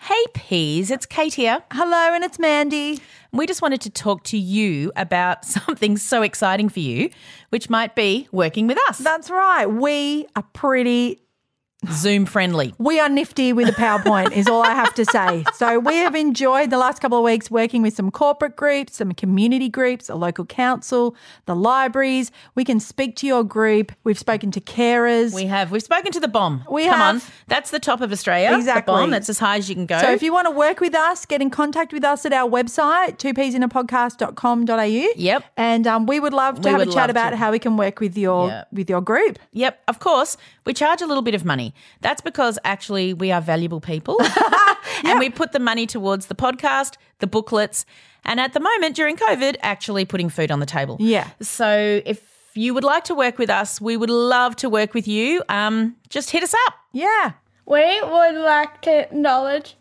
Hey peas, it's Kate here. Hello, and it's Mandy. We just wanted to talk to you about something so exciting for you, which might be working with us. That's right. We are pretty, Zoom friendly. we are nifty with a PowerPoint, is all I have to say. So, we have enjoyed the last couple of weeks working with some corporate groups, some community groups, a local council, the libraries. We can speak to your group. We've spoken to carers. We have. We've spoken to the bomb. We Come have. on. That's the top of Australia. Exactly. The bomb. That's as high as you can go. so, if you want to work with us, get in contact with us at our website, 2psinapodcast.com.au. Yep. And um, we would love to We have a would chat love about to. how we can work with your Yep. with your group. Yep, of course. We charge a little bit of money. That's because actually we are valuable people. And we put the money towards the podcast, the booklets, and at the moment during COVID, actually putting food on the table. Yeah. So if you would like to work with us, we would love to work with you. Um, just hit us up. Yeah. We would like to acknowledge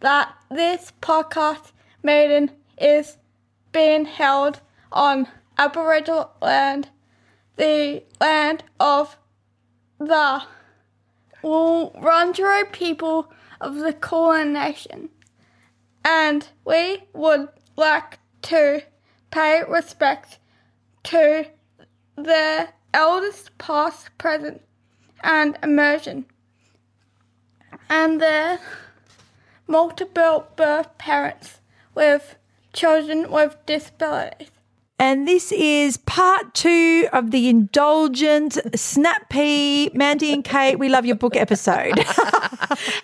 that this podcast maiden is being held on Aboriginal land, the land of the Wurundjeri people of the Kulin Nation, and we would like to pay respect to their elders, past, present, and immersion and their multiple birth parents with children with disabilities. And this is part two of the indulgent snap pea Mandy and Kate. We love your book episode.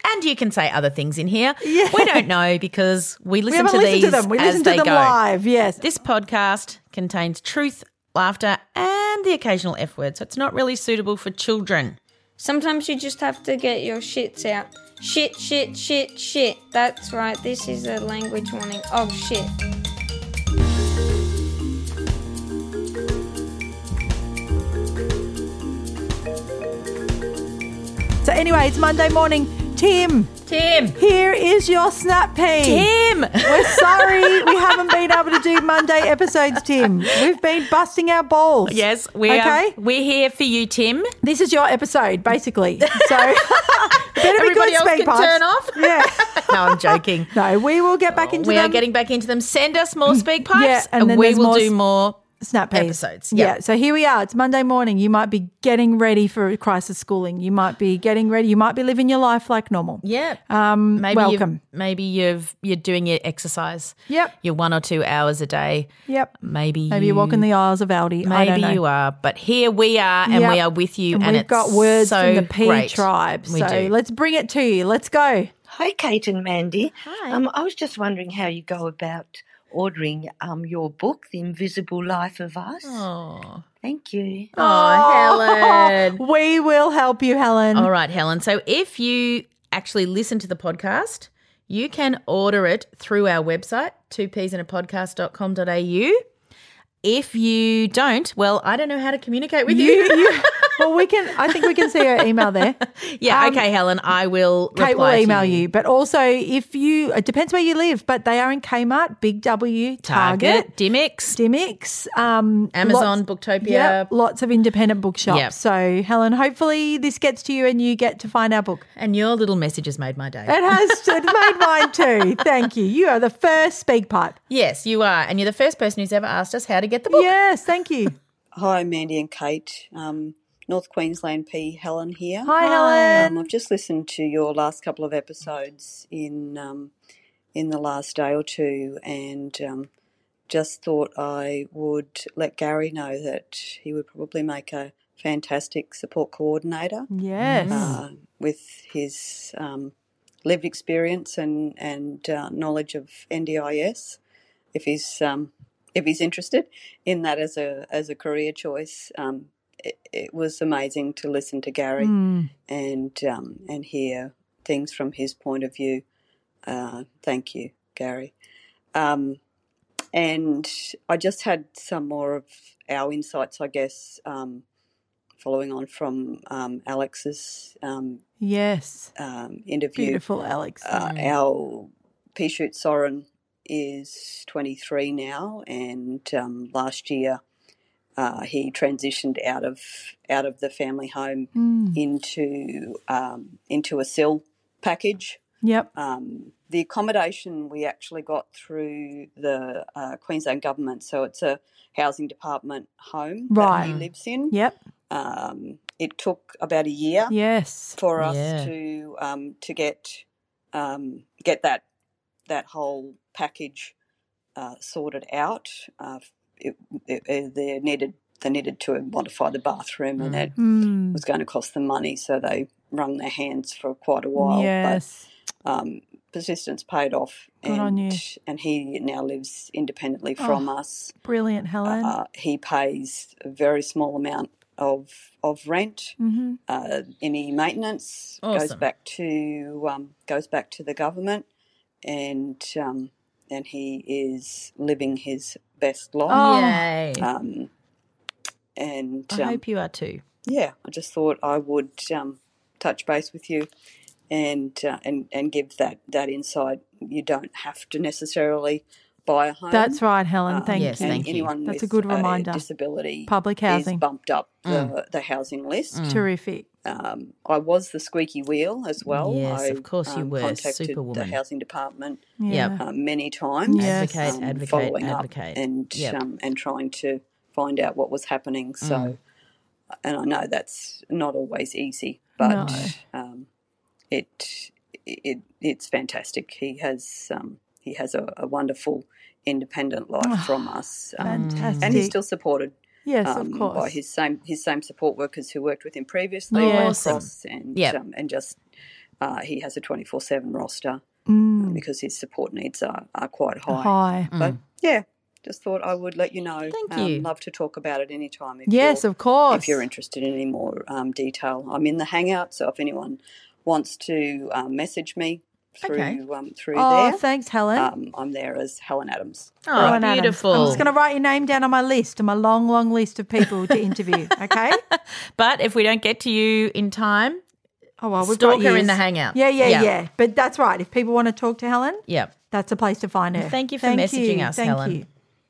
And you can say other things in here. We don't know because we we listen haven't to listened these to them. We as listened to they them go. live. Yes, This podcast contains truth, laughter, and the occasional F word, so it's not really suitable for children. Sometimes you just have to get your shits out. Shit, shit, shit, shit. That's right, this is a language warning. Oh shit. So anyway, it's Monday morning. Tim, Tim. here is your snap pea. Tim. We're sorry we haven't been able to do Monday episodes, Tim. We've been busting our balls. Yes, we okay. are. We're here for you, Tim. This is your episode, basically. So better be good. Everybody else speed can pipes. turn off. Yeah. No, I'm joking. No, we will get back into we them. are getting back into them. Send us more speak pipes, Yeah, and and, then we there's will more do s- more. snap peas. Episodes, yeah. So here we are. It's Monday morning. You might be getting ready for crisis schooling. You might be getting ready. You might be living your life like normal. Yeah. Um, maybe welcome. You've, maybe you've you're doing your exercise. Yep. Your one or two hours a day. Yep. Maybe Maybe you, you're walking the aisles of Aldi. I don't Maybe know. you are, but here we are, and Yep. we are with you. And, we've it's got words so from the P great. tribe. We so do. let's bring it to you. Let's go. Hi, Kate and Mandy. Hi. Um, I was just wondering how you go about ordering um, your book, The Invisible Life of Us. Oh. Thank you. oh, Helen. We will help you, Helen. All right, Helen. So if you actually listen to the podcast, You can order it through our website, two peas in a podcast.com.au. If you don't, well, I don't know how to communicate with you. well, we can. I think we can see her email there. yeah, um, okay, Helen, I will Kate will reply to email you. But also, if you, it depends where you live, but they are in Kmart, Big W, Target, Target, Dimmicks, Stimix, um, Amazon, lots- Booktopia. Yep, lots of independent bookshops. Yep. So, Helen, hopefully this gets to you and you get to find our book. And your little message has made my day. It has it made mine too. Thank you. You are the first speak pipe. yes, you are. And you're the first person who's ever asked us how to get the book. Yes, thank you. Hi, Mandy and Kate. Um, North Queensland P. Helen here. Hi, Helen. Um, I've just listened to your last couple of episodes in um, in the last day or two, and um, just thought I would let Gary know that he would probably make a fantastic support coordinator Yes. uh, with his um, lived experience and and uh, knowledge of NDIS. If he's um, if he's interested in that as a as a career choice, um, it, it was amazing to listen to Gary Mm. and um, and hear things from his point of view. Uh, thank you, Gary. Um, and I just had some more of our insights, I guess, um, following on from um, Alex's um, Yes. um, interview. Beautiful, Alex. Uh, our pea shoot Soren is 23 now, and um, last year uh, he transitioned out of out of the family home Mm. into um, into a sill package. Yep. Um, the accommodation we actually got through the uh, Queensland government, so it's a housing department home that he Right. lives in. Yep. Um, it took about a year Yes. for us Yeah. to um, to get um, get that that whole package uh, sorted out. Uh, it, it, it- uh, they needed they needed to modify the bathroom, and that Mm. was going to cost them money. So they wrung their hands for quite a while. yes. But um, persistence paid off, Good and on you. Oh. and he now lives independently from us. Brilliant, Helen. Uh, he pays a very small amount of of rent mm-hmm. uh, any maintenance goes Mm. Awesome. back to um, goes back to the government, and um, and he is living his best life. Oh. Yay. Um, and I um, hope you are too. yeah, I just thought I would um, touch base with you, and uh, and and give that that insight. You don't have to necessarily buy a home. That's right, Helen. Um, Thank Uh, yes, you. and thank you. Anyone That's a with good reminder. disability Public is housing. Mm. bumped up the, the housing list. Terrific. Um, I was the squeaky wheel as well. Yes, I, um, of course you were, Contacted superwoman. the housing department Yep. uh, many times, um, Yes. Advocate, advocate, following up advocate. and Yep. Mm. um, and trying to find out what was happening. So, and I know that's not always easy, but um, it, it it's fantastic. He has um, he has a, a wonderful independent life Ah, from us, um, Fantastic. and he's still supported yes, um, of course. by his same his same support workers who worked with him previously. Yes. across And Yep. um, and just uh, he has a twenty four seven roster uh, Mm. because his support needs are, are quite high. Hi. Mm. But yeah, just thought I would let you know. Thank um, you. Love to talk about it anytime. If Yes, you're, of course. If you're interested in any more um, detail, I'm in the Hangout. So if anyone wants to um, message me through Okay. um, through Oh, there, thanks, Helen. um, I'm there as Helen Adams. Oh, Helen Adams. beautiful. I'm just going to write your name down on my list, on my long, long list of people to interview. Okay. But if we don't get to you in time, Oh well, we've Stalk got her in years. the hangout. Yeah, yeah, Yeah. yeah, But that's right. If people want to talk to Helen, yep. that's a place to find her. Thank you for messaging us, Thank Helen. you.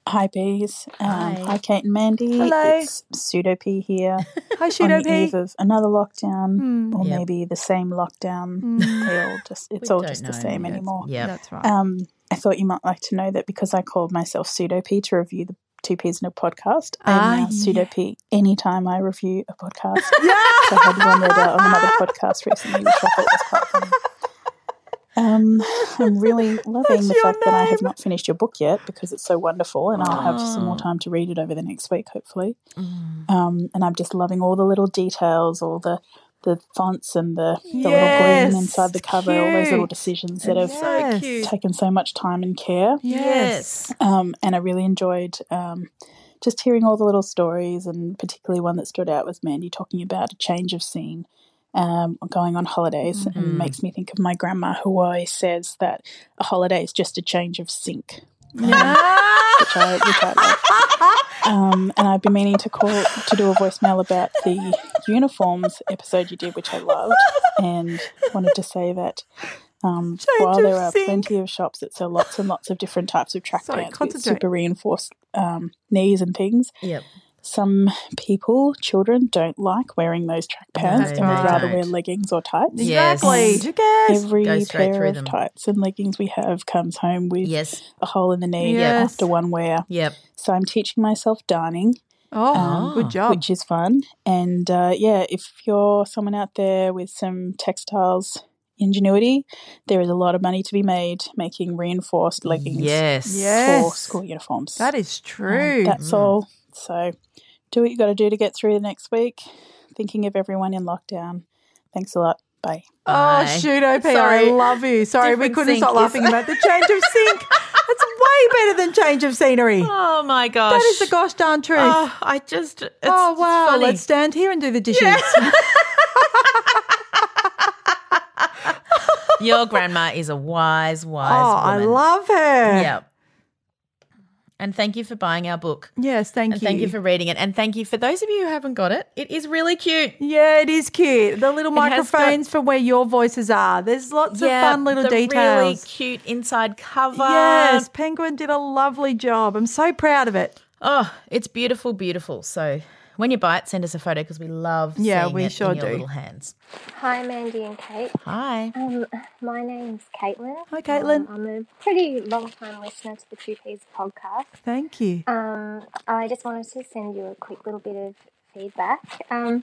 Hi, bees. Um, Hi. hi. Kate and Mandy. Hello. It's Pseudo P here. Hi, on Pseudo the P. Hmm. eve of another lockdown, or Yep. maybe the same lockdown. They all just, it's all Don't just know. the same That's- anymore. Yep. Mm. That's right. Um, I thought you might like to know that because I called myself Pseudo P to review the Two Ps in a podcast, Ah, I'm now Pseudo P anytime I review a podcast. So I had one read out on another podcast recently, which I thought was quite funny. Um, I'm really loving the your fact that I have name. not finished your book yet because it's so wonderful, and I'll have some more time to read it over the next week, hopefully. Um, and I'm just loving all the little details, all the the fonts and the, the little Yes, green inside the cover, all those little cute. decisions that have Yes. taken so much time and care. Yes. Um, and I really enjoyed um, just hearing all the little stories, and particularly one that stood out was Mandy talking about a change of scene um, going on holidays and makes me think of my grandma who always says that a holiday is just a change of sink. Um, which I, which I love. Um, and I've been meaning to call to do a voicemail about the uniforms episode you did, which I loved, and wanted to say that um, while there are plenty of shops that sell lots and lots of different types of track Sorry, pants with concentrate. super reinforced um, knees and things, Yep. some people, children, don't like wearing those track pants they and would rather don't. wear leggings or tights. Yes. Exactly. Who cares? Every Go straight pair through of them. tights and leggings we have comes home with Yes. a hole in the knee Yes. after one wear. Yep. So I'm teaching myself darning, Oh, Um, good job. which is fun. And uh, yeah, if you're someone out there with some textiles ingenuity, there is a lot of money to be made making reinforced leggings Yes. for Yes. school uniforms. That is Um, true. Mm. that's all. So do what you got to do to get through the next week. Thinking of everyone in lockdown. Thanks a lot. Bye. Oh, Bye. shoot, OP, Sorry. I love you. Sorry, Different we couldn't sink stop is- laughing about the change of sink. That's way better than change of scenery. Oh my gosh. That is the gosh darn truth. Oh, Oh, I just. It's, wow. It's funny. Let's stand here and do the dishes. Your grandma is a wise, oh, wise I woman. love her. Yep. And thank you for buying our book. Yes, thank and you. thank you for reading it. And thank you for those of you who haven't got it. It is really cute. yeah, it is cute. The little It has got- microphones for where your voices are. There's lots of fun little the Really details. cute inside cover. yes, Penguin did a lovely job. I'm so proud of it. Oh, it's beautiful, beautiful. So when you buy it, send us a photo because we love Yeah, seeing we it sure in your do. little hands. Hi, Mandy and Kate. Hi. Um, my name's Caitlin. Hi, Caitlin. Um, I'm a pretty long time listener to the Two P's podcast. Thank you. Um, I just wanted to send you a quick little bit of feedback. Um,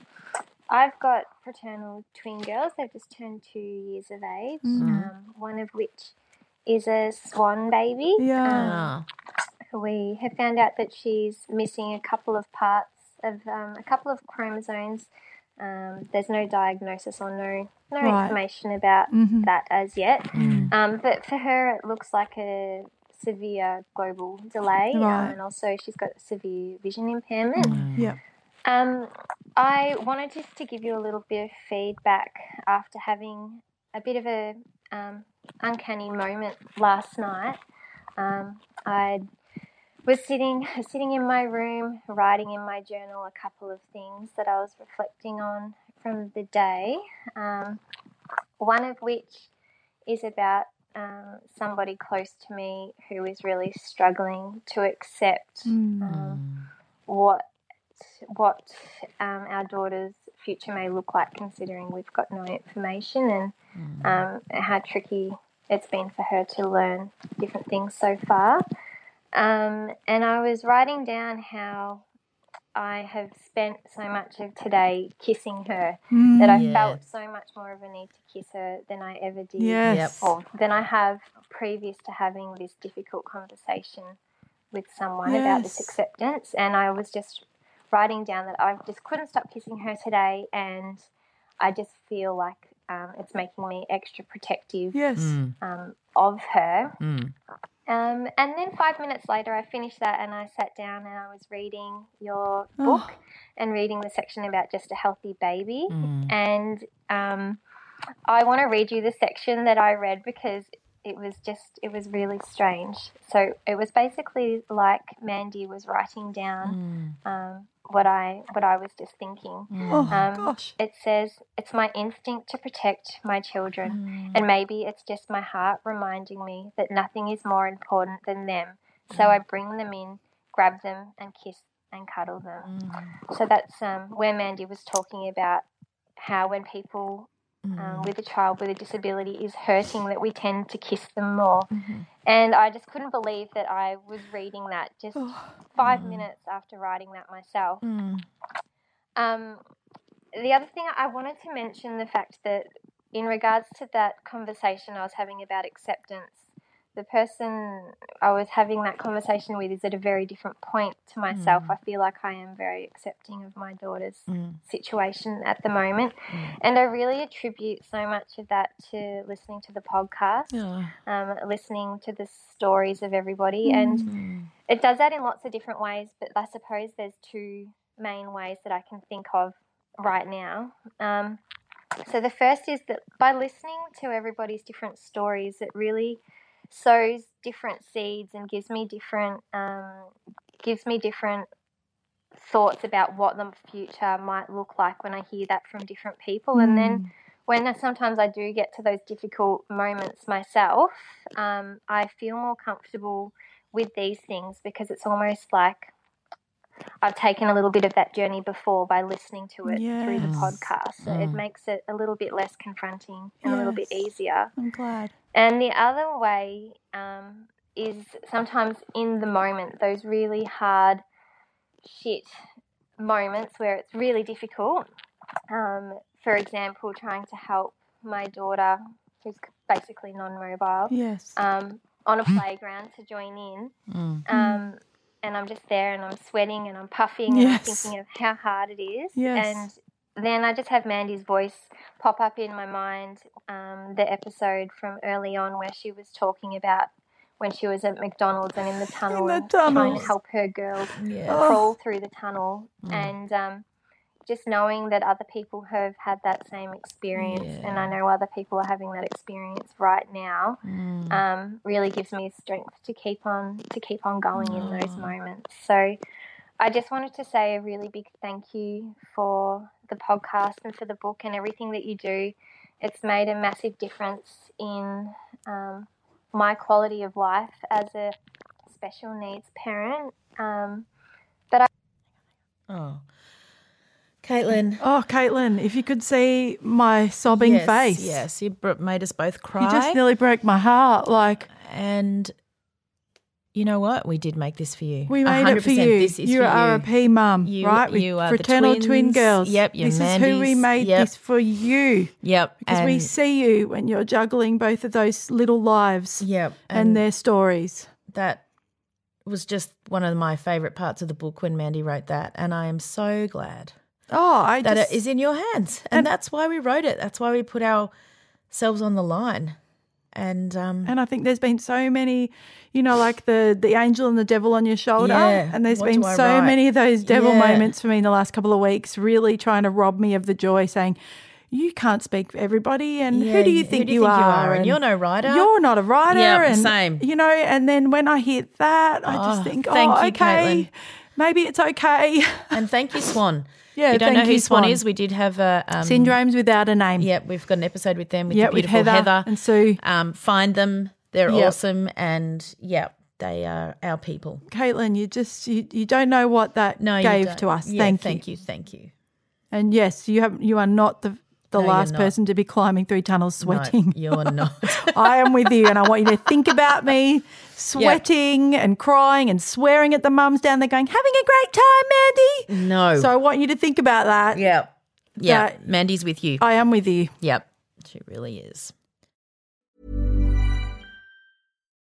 I've got fraternal twin girls. They've just turned two years of age, Mm. um, one of which is a swan baby. Yeah. Um, Ah, we have found out that she's missing a couple of parts of um, a couple of chromosomes. Um, there's no diagnosis or no no Right. Mm-hmm. information about that as yet. Um, but for her, it looks like a severe global delay, Right. uh, and also she's got severe vision impairment. Yep. Um, I wanted just to give you a little bit of feedback after having a bit of a um, uncanny moment last night. Um, I was sitting sitting in my room writing in my journal a couple of things that I was reflecting on from the day. Um, one of which is about um, somebody close to me who is really struggling to accept um, what what um, our daughter's future may look like, considering we've got no information and um, how tricky it's been for her to learn different things so far. Um, and I was writing down how I have spent so much of today kissing her Mm, that I Yeah. felt so much more of a need to kiss her than I ever did Yes. Yep. or than I have previous to having this difficult conversation with someone about this Yes. acceptance. And I was just writing down that I just couldn't stop kissing her today, and I just feel like um, it's making me extra protective Yes. um, of her. mm. Um, and then five minutes later, I finished that and I sat down and I was reading your book and reading the section about just a healthy baby. And um, I want to read you the section that I read because it was just, it was really strange. So it was basically like Mandy was writing down um, what I what I was just thinking. Oh, Um, gosh. It says, It's my instinct to protect my children, and maybe it's just my heart reminding me that nothing is more important than them. So I bring them in, grab them, and kiss and cuddle them. So that's um, where Mandy was talking about how when people um, with a child with a disability is hurting, that we tend to kiss them more. And I just couldn't believe that I was reading that just five minutes after writing that myself. Um, the other thing I wanted to mention the fact that in regards to that conversation I was having about acceptance, the person I was having that conversation with is at a very different point to myself. I feel like I am very accepting of my daughter's situation at the moment, and I really attribute so much of that to listening to the podcast, um, listening to the stories of everybody, and it does that in lots of different ways, but I suppose there's two main ways that I can think of right now. Um, So the first is that by listening to everybody's different stories, it really sows different seeds and gives me different um, gives me different thoughts about what the future might look like when I hear that from different people. And Mm. then when I, sometimes I do get to those difficult moments myself, um, I feel more comfortable with these things because it's almost like I've taken a little bit of that journey before by listening to it through the Yes. podcast. So it Mm. makes it a little bit less confronting and a little bit Yes. easier. I'm glad. And the other way um, is sometimes in the moment, those really hard shit moments where it's really difficult. Um, for example, trying to help my daughter, who's c- basically non mobile, Yes. Mm. um, on a playground to join in. Mm. Um, and I'm just there and I'm sweating and I'm puffing and I'm Yes. thinking of how hard it is. Yes. And then I just have Mandy's voice pop up in my mind um, the episode from early on where she was talking about when she was at McDonald's and in the tunnel the and trying to tunnels. help her girls Yes. crawl through the tunnel and um, just knowing that other people have had that same experience and I know other people are having that experience right now um, really gives me strength to keep on to keep on going in those moments. So I just wanted to say a really big thank you for the podcast and for the book and everything that you do. It's made a massive difference in um, my quality of life as a special needs parent. Um, Oh. Caitlin. Oh, Caitlin, if you could see my sobbing yes, face. Yes, you br- made us both cry. You just nearly broke my heart. Like, and you know what? We did make this for you. we made it for 100% you. This is You're for you. a RP mum, You- right? We- you are the fraternal twin twins. girls. Yep, you're This is who we Mandy's. made Yep. this for you. Yep. Because we and- see you when you're juggling both of those little lives Yep. and, And, their stories. that was just one of my favorite parts of the book when Mandy wrote that, and I am so glad Oh, I that just, it is in your hands, and, that's why we wrote it. That's why we put ourselves on the line, and um, And I think there's been so many, you know, like the the angel and the devil on your shoulder. Yeah. And there's What been do I so write? many of those devil Yeah. moments for me in the last couple of weeks, really trying to rob me of the joy, saying, "You can't speak for everybody, and Yeah, who do you who think, do you you, think you are? are? And you're no writer." You're not a writer. Yeah, and same. You know. And then when I hear that, I Oh, just think, thank oh, you, okay, Caitlin. maybe it's okay. and thank you, Swan. Yeah, If you don't thank know who you, Swan, Swan. is. We did have a um, Syndromes without a name. Yep, we've got an episode with them with Yeah, the with beautiful Heather and Sue. Um, find them; they're Yep. awesome, and yeah, they are our people. Caitlin, you just you, you don't know what that No, you gave don't. to us. Yeah, thank, thank you, thank you. And yes, you have you are not the the No, you're last not. person to be climbing through tunnels No, sweating. you're not. I am with you and I want you to think about me sweating and crying and swearing at the mums down there going, having a great time, Mandy. No. So I want you to think about that. yeah. Yeah. That- Mandy's with you. I am with you. yep. She really is.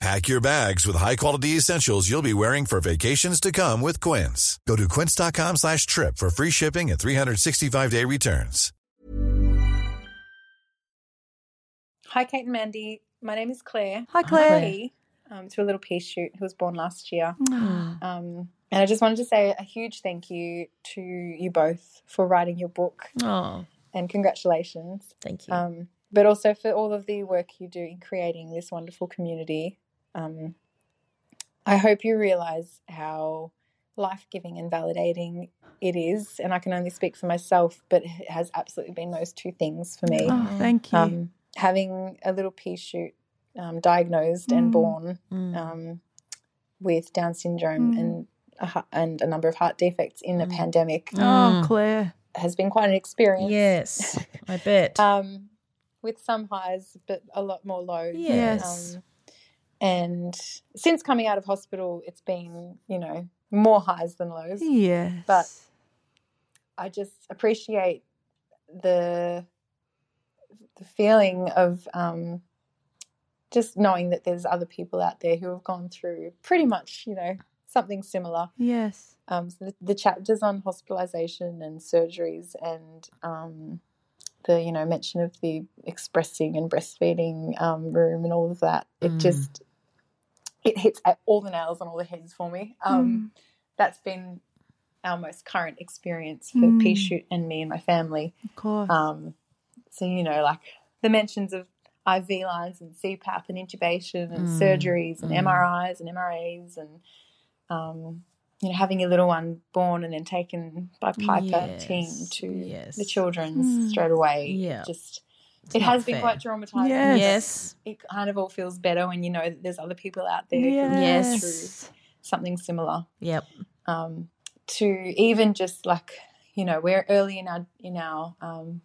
Pack your bags with high-quality essentials you'll be wearing for vacations to come with Quince. Go to quince.com slash trip for free shipping and 365-day returns. Hi, Kate and Mandy. My name is Claire. Hi, I'm a Claire. pea, um, to a little pea shoot who was born last year. Mm. Um, and I just wanted to say a huge thank you to you both for writing your book Oh, and congratulations. thank you. Um, but also for all of the work you do in creating this wonderful community. Um, I hope you realize how life giving and validating it is. And I can only speak for myself, but it has absolutely been those two things for me Oh, thank you. um, Mm. having a little pea shoot um, diagnosed and born um, with Down syndrome Mm. and a, hu- and a number of heart defects in a pandemic. Oh, Mm. Claire. Has been quite an experience. Yes, I bet. um, with some highs, but a lot more lows. Yes. Um, and since coming out of hospital, it's been, you know, more highs than lows. Yes. But I just appreciate the the feeling of um, just knowing that there's other people out there who have gone through pretty much, you know, something similar. Yes. Um, so the, the chapters on hospitalization and surgeries and um, the, you know, mention of the expressing and breastfeeding um, room and all of that. It Mm. just, it hits at all the nails on all the heads for me. Um, Mm. That's been our most current experience for Mm. Pea Shoot and me and my family. Of course. Um, so, you know, like the mentions of IV lines and CPAP and intubation and Mm, surgeries and mm. MRIs and MRAs and, um, you know, having a little one born and then taken by Piper team Yes, to yes. the children's Mm. straight away. Yeah. It just, It's it not has been fair. quite traumatizing. Yes. but Yes. It kind of all feels better when you know that there's other people out there who've gone Yes. through something similar Yep. um, to even just like you know we're early in our in our um,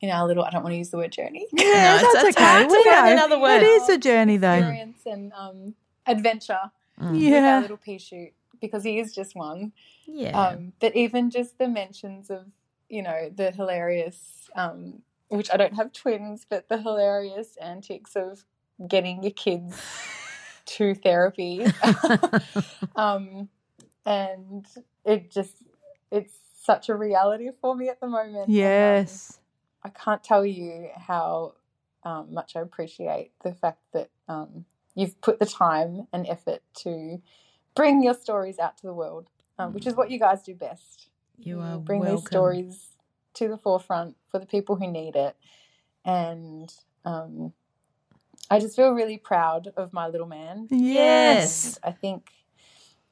in our little I don't want to use the word journey. Yeah, that's, okay. hard to We find know. another word. It is a journey, though. Experience and um, adventure Mm. with Yeah. our little pea shoot because he is just one. Yeah. Um, but even just the mentions of you know the hilarious, um, which I don't have twins, but the hilarious antics of getting your kids to therapy. um, and it just it's such a reality for me at the moment. and, um, Yes. I can't tell you how um, much I appreciate the fact that um, you've put the time and effort to bring your stories out to the world, um, which is what you guys do best. You are bring welcome. these stories to the forefront for the people who need it, and um, I just feel really proud of my little man. Yes. And I think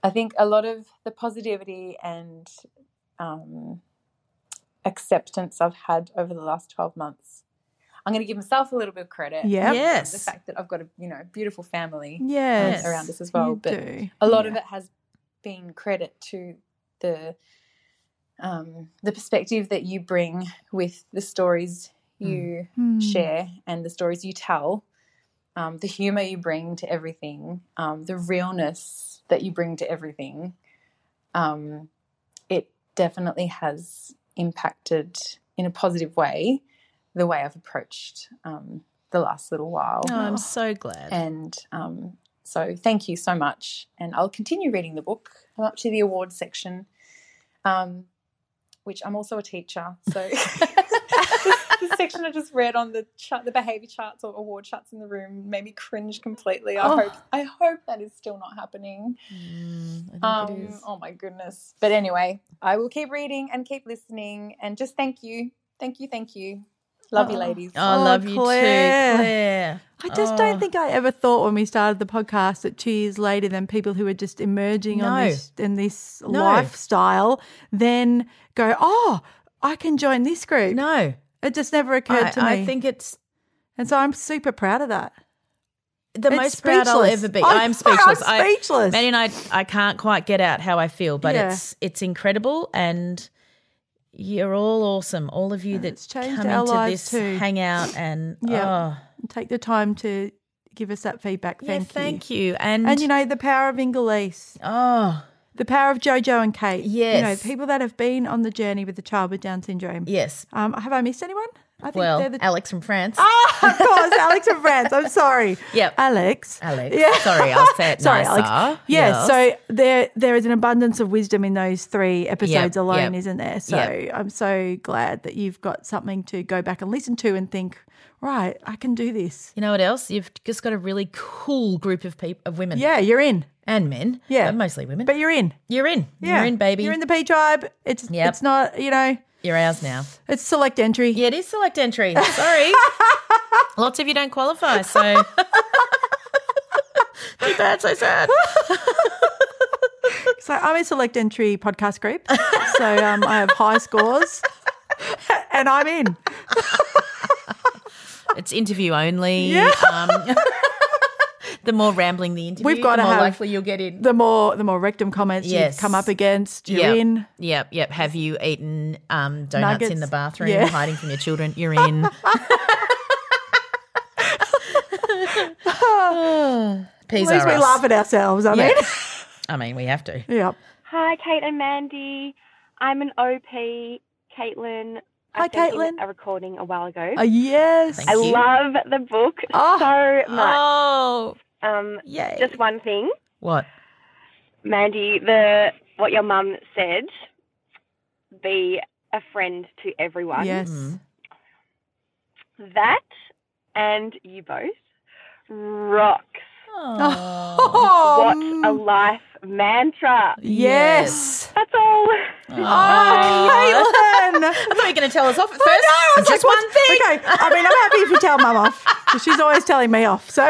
I think a lot of the positivity and um, acceptance I've had over the last 12 months. I'm going to give myself a little bit of credit. Yep. um, Yes. The fact that I've got a you know beautiful family um, Yes, around us as well, you but do. a lot of Yeah. it has been credit to the um, the perspective that you bring with the stories you Mm. share and the stories you tell, um, the humor you bring to everything, um, the realness that you bring to everything. Um, it definitely has impacted in a positive way the way I've approached um, the last little while. Oh, I'm so glad. And um, so thank you so much. And I'll continue reading the book. I'm up to the awards section, um, which I'm also a teacher. So the section I just read on the chart, the behavior charts or award charts in the room made me cringe completely. I Oh. hope I hope that is still not happening. I think it Um, oh my goodness. But anyway, I will keep reading and keep listening and just thank you. Thank you, thank you. Love you Oh. ladies. Oh, I love you too, Claire. I just Oh. don't think I ever thought when we started the podcast that two years later, then people who are just emerging on No. this in this No. lifestyle then go, oh, I can join this group. No, it just never occurred I- to me. I think it's, and so I'm super proud of that. the It's most proud I'll speechless. ever be. I- I'm speechless. I'm speechless. I, Maddie and I, I can't quite get out how I feel, but Yeah. it's it's incredible, and you're all awesome. All of you that changed come our into lives this too. hangout, and Yeah. oh, Ah. Take the time to give us that feedback. Thank Yeah, you. thank you. And- and you know the power of Ingalise. Oh. The power of Jojo and Kate. You know, Yes. people that have been on the journey with a child with Down syndrome. Yes. Um, have I missed anyone? I think well, they're the Alex from France. Oh, of course, Alex and France. I'm sorry. Yep. Alex. Alex. Yeah. Sorry, I'll say it Sorry, nicer. Alex. Yeah, Yes. so there there is an abundance of wisdom in those three episodes Yep, alone, yep, isn't there? So yep. I'm so glad that you've got something to go back and listen to and think, right, I can do this. You know what else? You've just got a really cool group of people of women. Yeah, you're in. And men. Yeah. But mostly women. But you're in. You're in. Yeah. You're in, baby. You're in the P tribe. It's Yep. it's not, you know, You're ours now. it's select entry. Yeah, it is select entry. Sorry. Lots of you don't qualify, so too bad, so sad. So I'm in select entry podcast group. So um, I have high scores and I'm in. it's interview only. Yeah. Um, the more rambling the interview, We've got to the more have likely you'll get in. The more the more rectum comments Yes. you come up against, you're Yep. in. Yep, yep. Have you eaten um, donuts in Nuggets. the bathroom, Yeah. hiding from your children? You're in. Peas at least are we us. laugh at ourselves. I Yeah. mean, I mean, we have to. yep. Hi, Kate and Mandy. I'm an OP, Caitlin. Hi, I sent in Caitlin. A recording a while ago. Oh, yes. Ah. I love the book so much. Oh, um, yay. Just one thing, What? Mandy. The what your mum said. Be a friend to everyone. Yes. That and you both rocks. Oh. What a life mantra. Yes. Oh That's all. Oh, Caitlin. I thought you were going to tell us off at first. I was Just like, one thing. Okay. I mean, I'm happy if you tell mum off. 'cause She's always telling me off. So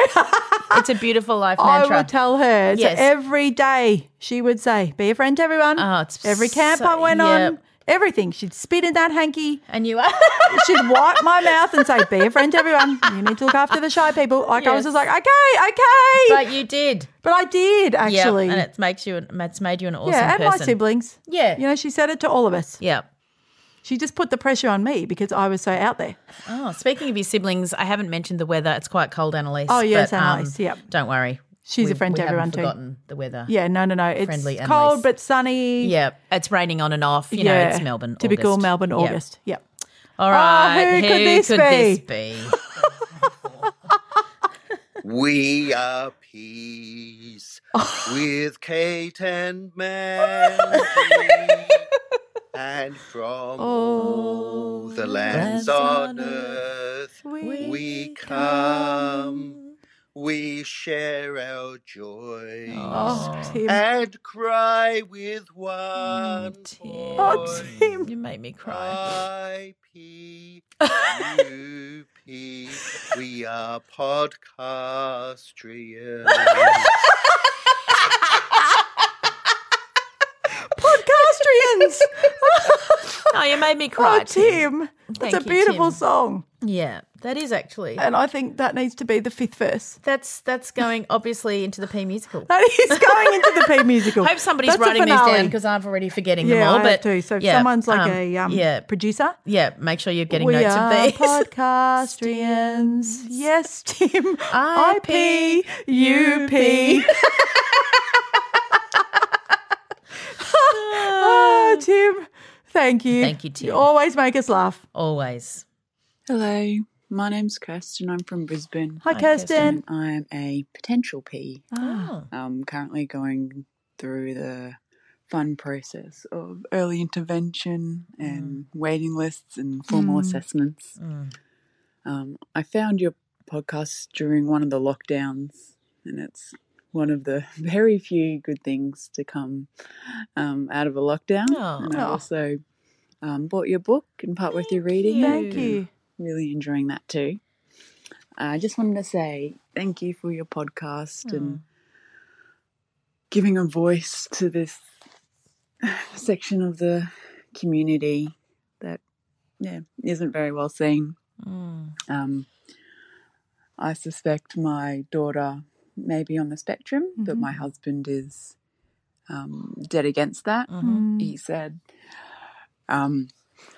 It's a beautiful life I mantra. will tell her. Yes. So every day she would say, be a friend to everyone. Oh, it's every camp so- I went yep. on, everything. She'd spit in that hanky. and you are. She'd wipe my mouth and say, be a friend to everyone. You need to look after the shy people. Like I was just Yes. like, okay, okay. but you did. But I did actually. Yeah, and it makes you, an- it's made you an awesome yeah, and my person. siblings. Yeah. You know, she said it to all of us. Yeah. She just put the pressure on me because I was so out there. Oh, speaking of your siblings, I haven't mentioned the weather. It's quite cold, Annalise. Oh, yes, but, um, Annalise, yep. Don't worry. She's a We've- friend we to haven't everyone too. forgotten the weather. Yeah, no, no, no. It's Friendly and cold nice. but sunny. Yeah, it's raining on and off. You know, it's Melbourne. Typical August. Melbourne Yeah. August. Yep. Oh, All right. who could this this be? be? We are peace with Kate and Mandy, and from all the Oh, lands on earth we, come. We share our joys Oh, Tim. and cry with one Oh, voice. Tim. You made me cry. I P U P. We are podcastrians. Podcastrians. Oh, you made me cry. oh, Tim. Thank That's a you, beautiful Tim. song. Yeah, that is actually. And I think that needs to be the fifth verse. That's that's going obviously into the P musical. That is going into the P musical. I hope somebody's That's a writing these finale. down because I'm already forgetting yeah, them all. I but have to. So if yeah, someone's like a um, yeah, producer, yeah. Make sure you're getting we notes are of these. podcastrians. yes, Tim. I I P U P. Ah, Tim. Thank you. Thank you, Tim. You always make us laugh. Always. Hello, my name's Kirsten. I'm from Brisbane. Hi, Hi, Kirsten. And I'm a potential P. Oh. I'm currently Oh. going Ah. through the fun process of early intervention Mm. and waiting lists and formal assessments. Um, I found your podcast during one of the lockdowns, and it's one of the very few good things to come um, out of a lockdown. Oh. And I've Oh. also um, bought your book and part way through reading it. Thank and you. Really enjoying that too. Uh, I just wanted to say thank you for your podcast and giving a voice to this section of the community that yeah isn't very well seen. Um, I suspect my daughter may be on the spectrum, but my husband is um, dead against that. He said, um,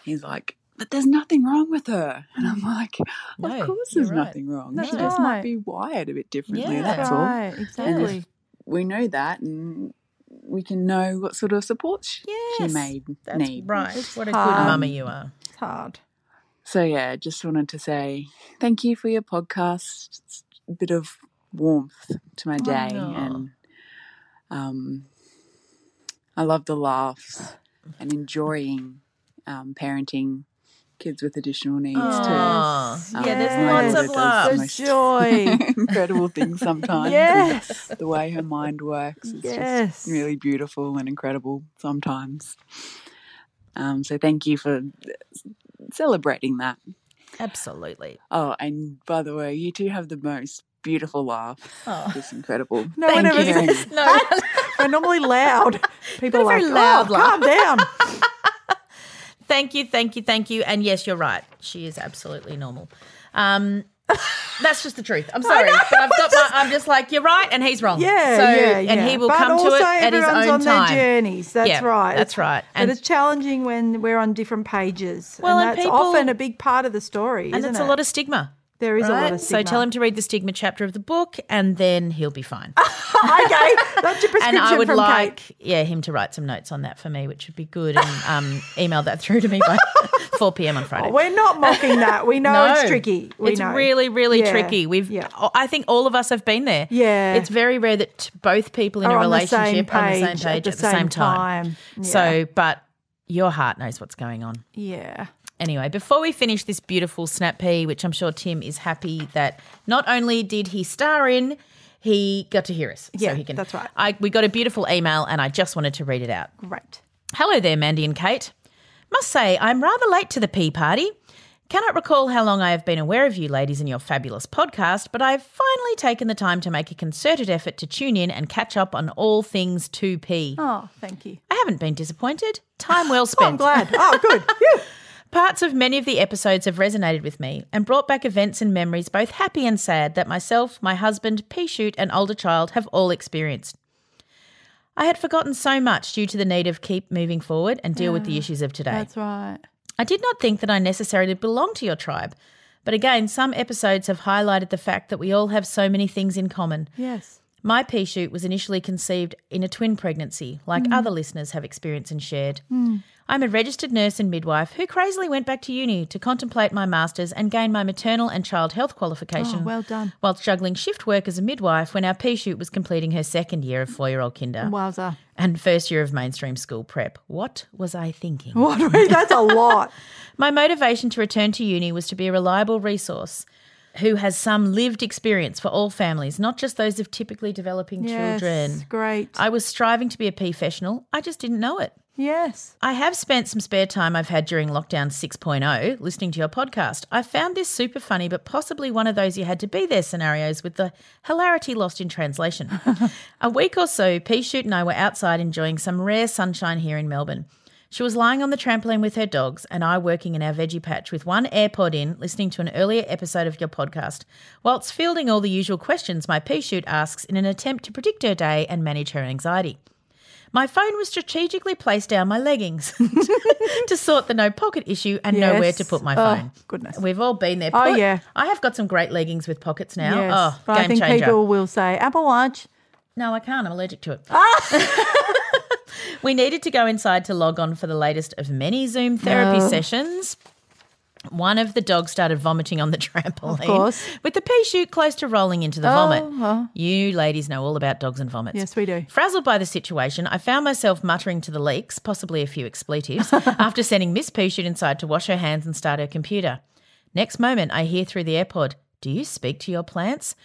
he's like, but there's nothing wrong with her. And I'm like, of Mm. No, course you're there's right. nothing wrong. That's she just might right. be wired a bit differently, Yeah. that's all Right, exactly. we know that and we can know what sort of support sh- she Yes, may That's need. Um, right. It's What a good hard. mummy you are. It's hard. So, yeah, just wanted to say thank you for your podcast. It's a bit of warmth to my day. And um, I love the laughs and enjoying um, parenting kids with additional needs Aw. too. Um, Yeah, there's my lots daughter of does the love. There's most joy. incredible things sometimes. and yes. the way her mind works is Yes. just really beautiful and incredible sometimes. Um, so thank you for uh, celebrating that. Absolutely. Oh, and by the way, you two have the most beautiful laugh. Oh. Just incredible. No one ever Hearing says you. No. We're normally loud. People are Got a like, very loud oh, laugh." calm down. Thank you, thank you, thank you. And yes, you're right. She is absolutely normal. Um, That's just the truth. I'm sorry, but I've got my, I'm just like you're right, and he's wrong. Yeah, so, yeah, and yeah. he will But come to also it at his everyone's own on their time. journeys. That's Yeah, right. That's right. And it's challenging when we're on different pages. Well, and that's people- often a big part of the story. and isn't it's it? a lot of stigma. There is a lot right? of So tell stigma. him to read the stigma chapter of the book, and then he'll be fine. okay, that's your prescription and I would from like, Kate. yeah, him to write some notes on that for me, which would be good, and um, email that through to me by 4 p.m. on Friday. We're not mocking that. We know it's tricky. We it's know. really, really Yeah. tricky. We've, oh, I think, all of us have been there. Yeah. it's very rare that both people in Are a on the same relationship are on the same page page at at the the same, same time. time. Yeah. So, but your heart knows what's going on. Yeah. Anyway, before we finish this beautiful snap pea, which I'm sure Tim is happy that not only did he star in, he got to hear us. Yeah, so he can, that's right. I, we got a beautiful email, and I just wanted to read it out. Great. Hello there, Mandy and Kate. Must say, I'm rather late to the pea party. Cannot recall how long I have been aware of you ladies and your fabulous podcast, but I've finally taken the time to make a concerted effort to tune in and catch up on all things 2P. Oh, thank you. I haven't been disappointed. Time well spent. I'm glad. Oh, good. Parts of many of the episodes have resonated with me and brought back events and memories, both happy and sad, that myself, my husband, pea shoot, and older child have all experienced. I had forgotten so much due to the need of keep moving forward and deal with the Yeah, issues of today. Ah, That's right. I did not think that I necessarily belong to your tribe, but again, some episodes have highlighted the fact that we all have so many things in common. Yes. My pea shoot was initially conceived in a twin pregnancy, like Mm. other listeners have experienced and shared. Mm. I'm a registered nurse and midwife who crazily went back to uni to contemplate my master's and gain my maternal and child health qualification Oh, well done. whilst juggling shift work as a midwife when our pea shoot was completing her second year of four year old kinder Wowza. and first year of mainstream school prep. What was I thinking? What? That's a lot. My motivation to return to uni was to be a reliable resource who has some lived experience for all families, not just those of typically developing Yes, children. Great. I was striving to be a professional, I just didn't know it. Yes. I have spent some spare time I've had during lockdown 6.0 listening to your podcast. I found this super funny, but possibly one of those you had to be there scenarios with the hilarity lost in translation. a week or so, Pea Shoot and I were outside enjoying some rare sunshine here in Melbourne. She was lying on the trampoline with her dogs, and I working in our veggie patch with one AirPod in, listening to an earlier episode of your podcast, whilst fielding all the usual questions my pea shoot asks in an attempt to predict her day and manage her anxiety. My phone was strategically placed down my leggings to sort the no pocket issue and know where Yes. to put my Oh, phone. goodness. We've all been there. Oh, Put- yeah. I have got some great leggings with pockets now. Yes. Oh, but game I think changer. people will say Apple Watch. No, I can't. I'm allergic to it. we needed to go inside to log on for the latest of many Zoom therapy Oh. sessions. One of the dogs started vomiting on the trampoline. course. With the pea shoot close to rolling into the Oh, vomit. well. You ladies know all about dogs and vomits. Yes, we do. Frazzled by the situation, I found myself muttering to the leaks, possibly a few expletives, after sending Miss Poochard inside to wash her hands and start her computer. Next moment, I hear through the AirPod, Do you speak to your plants?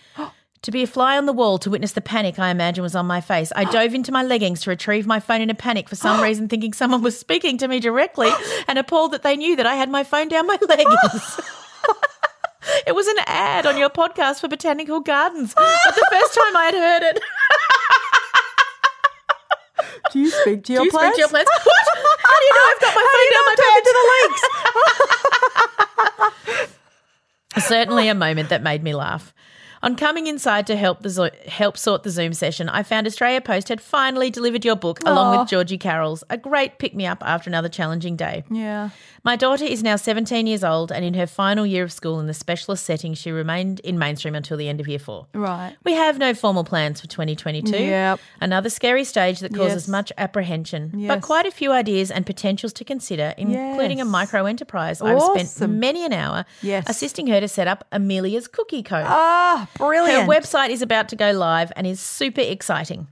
To be a fly on the wall to witness the panic I imagine was on my face, I dove into my leggings to retrieve my phone in a panic for some reason, thinking someone was speaking to me directly and appalled that they knew that I had my phone down my leggings. It was an ad on your podcast for botanical gardens. But the first time I had heard it, Do you speak to Do your you speak plants? to your plants? What? How do you know I've got my phone down my pants? to the legs. Certainly a moment that made me laugh. On coming inside to help the zo- help sort the Zoom session, I found Australia Post had finally delivered your book along Aw. with Georgie Carroll's, a great pick me up after another challenging day. Yeah. My daughter is now 17 years old and in her final year of school in the specialist setting, she remained in mainstream until the end of year four. Right. We have no formal plans for 2022. Yep. Another scary stage that causes Yes. much apprehension, but Yes. quite a few ideas and potentials to consider, including a Yes. micro enterprise. I've spent Awesome. many an hour Yes. assisting her to set up Amelia's cookie code. Ah, brilliant. Her website is about to go live and is super exciting.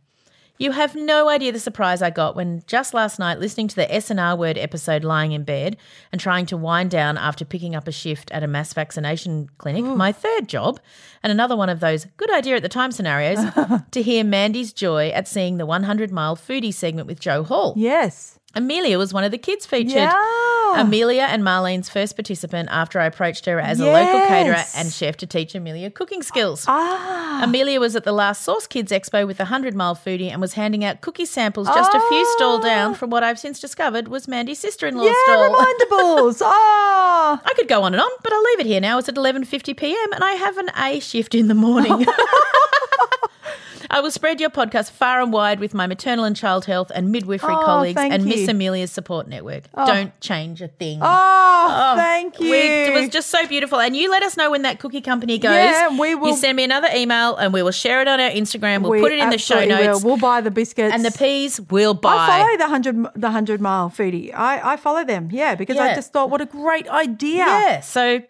You have no idea the surprise I got when just last night listening to the SNR word episode lying in bed and trying to wind down after picking up a shift at a mass vaccination clinic, Ooh. my third job, and another one of those good idea at the time scenarios, to hear Mandy's joy at seeing the 100 mile foodie segment with Joe Hall. Yes. Amelia was one of the kids featured. Yeah. Amelia and Marlene's first participant after I approached her as a local caterer Yes. and chef to teach Amelia cooking skills. Ah. Amelia was at the last Source Kids Expo with a 100 mile foodie and was handing out cookie samples just a few stall down from what I've since discovered was Mandy's sister in law's Ah. Yeah, stall. remindables. Oh. I could go on and on, but I'll leave it here now. It's at 11:50 p.m. and I have an A shift in the morning. I will spread your podcast far and wide with my maternal and child health and midwifery Oh, colleagues thank and you. Miss Amelia's support network. Oh. Don't change a thing. Oh, thank we- you. it was just so beautiful. And you let us know when that cookie company goes. Yeah, we will- You send me another email and we will share it on our Instagram. We'll We put it in the show absolutely notes. will. We'll buy the biscuits and the peas we'll buy. I follow the hundred the hundred mile foodie. I, I follow them, yeah, because I Yeah. just thought, what a great idea. Yeah. So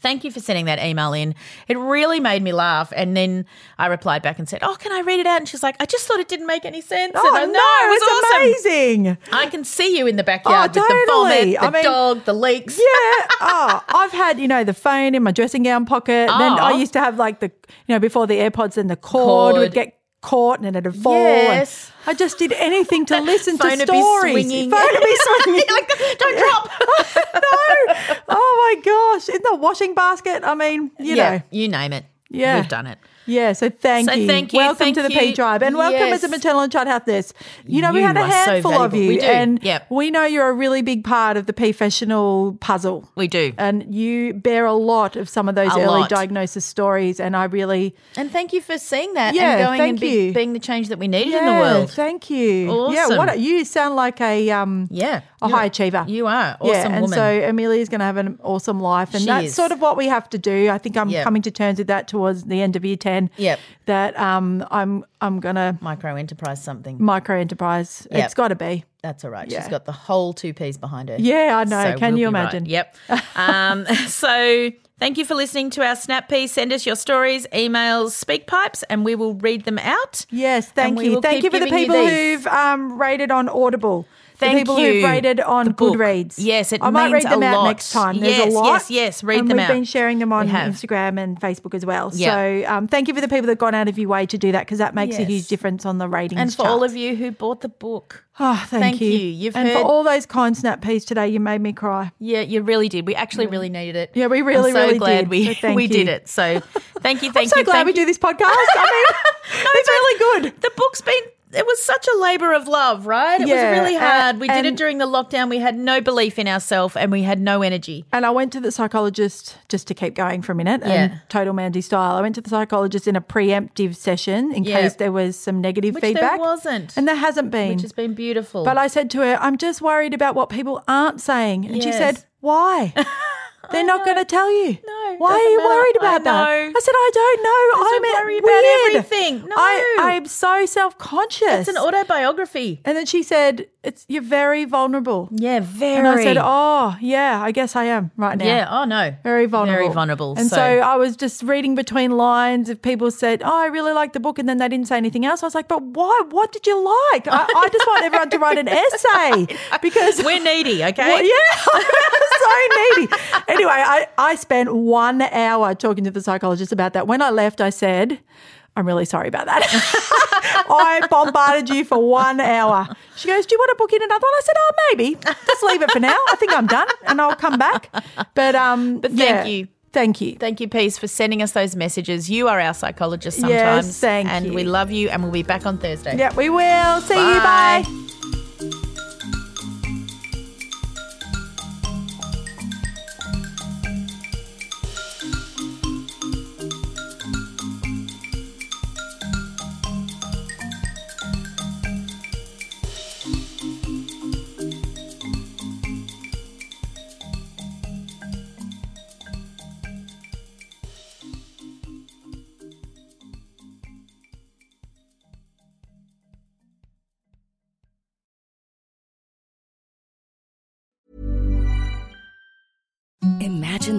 thank you for sending that email in. It really made me laugh. And then I replied back and said, Oh, can I read it out? And she's like, I just thought it didn't make any sense. Oh and I, no, it's amazing. I can see you in the Oh, backyard with the vomit, the dog, the leaks. Yeah. Oh, I've had, you know, the phone in my dressing gown pocket. Then Oh. I used to have like the, you know, before the AirPods and the cord, Cord. would get caught and it'd fall. and Yes. I just did anything to listen to phone would be stories. swinging. Phone would be swinging. like, don't drop. no. Oh my gosh. In the washing basket. I mean, you Yeah, know. You name it. Yeah. We've done it. Yeah, so thank So you. thank you, Welcome thank to the P you. Tribe and welcome as Yes. a maternal and child health nurse. You know, we You had a are so handful of valuable. you We do. and Yep. we know you're a really big part of the professional puzzle. We do. And you bear a lot of some of those A early lot. diagnosis stories and I really And thank you for seeing that Yeah, and going thank and be- you. being the change that we needed in the Yeah, world. Thank you. Yeah, Awesome. what a, you sound like a um yeah. a You're- high achiever. You are. Awesome yeah, and woman. so Amelia's going to have an awesome life, and She that's is. sort of what we have to do. I think I'm Yep. coming to terms with that towards the end of year ten. Yep. That um, I'm I'm gonna Micro enterprise something. micro enterprise. Yep. It's got to be. That's all right. Yeah. She's got the whole two P's behind her. Yeah, I know. Can you be right. imagine? Yep. um, so thank you for listening to our snap piece. Send us your stories, emails, speak pipes, and we will read them out. Yes, thank we you. will Thank you keep for the giving you people these. who've um, rated on Audible. Thank the people you. who've rated on The book. Goodreads. Yes, it I might means read them a out lot. next time. There's Yes, a lot. yes, yes. Read and them we've out. been sharing them on We have. Instagram and Facebook as well. Yeah. So um, thank you for the people that gone out of your way to do that because that makes a Yes. huge difference on the ratings. And for chart. all of you who bought the book, Oh, thank, Thank you. you. You've and heard- for all those kind snap peas today, you made me cry. yeah, you really did. We actually really needed it. Yeah, we really, I'm so really glad did. we So thank we did you. it. So thank you, thank I'm so you. glad thank we you. do this podcast. I mean, it's really good. the book's been it was such a labor of love right it Yeah, was really hard and- we did it and- during the lockdown we had no belief in ourselves and we had no energy And I went to the psychologist just to keep going for a minute and Yeah. total Mandy style. I went to the psychologist in a preemptive session in Yeah. case there was some negative Which there feedback. wasn't. And there hasn't been. which has been beautiful but I said to her, I'm just worried about what people aren't saying. And she Yes. said, Why? They're not going to tell you. No, Why doesn't are you matter. worried I about that? know. I said, I don't know. There's a I'm at- worry about weird. everything. No. I, I'm so self conscious. it's an autobiography And then she said, "It's you're very vulnerable." yeah very And I said, "Oh, yeah, I guess I am right now." yeah oh no Very vulnerable. very vulnerable And so. so, I was just reading between lines if people said, Oh, I really like the book, and then they didn't say anything else. I was like, But why? What did you like? I, I just want everyone to write an essay because we're needy okay well, yeah, so needy. Anyway, I, I spent one hour talking to the psychologist about that. When I left, I said, I'm really sorry about that. I bombarded you for one hour. She goes, Do you want to book in another one? I said, Oh, maybe. Just leave it for now. I think I'm done and I'll come back. But um But thank yeah, you. Thank you. Thank you, Peace, for sending us those messages. You are our psychologist sometimes. Yes, thank and you. we love you, and we'll be back on Thursday. Yeah, we will. See you. Bye. Bye. Imagine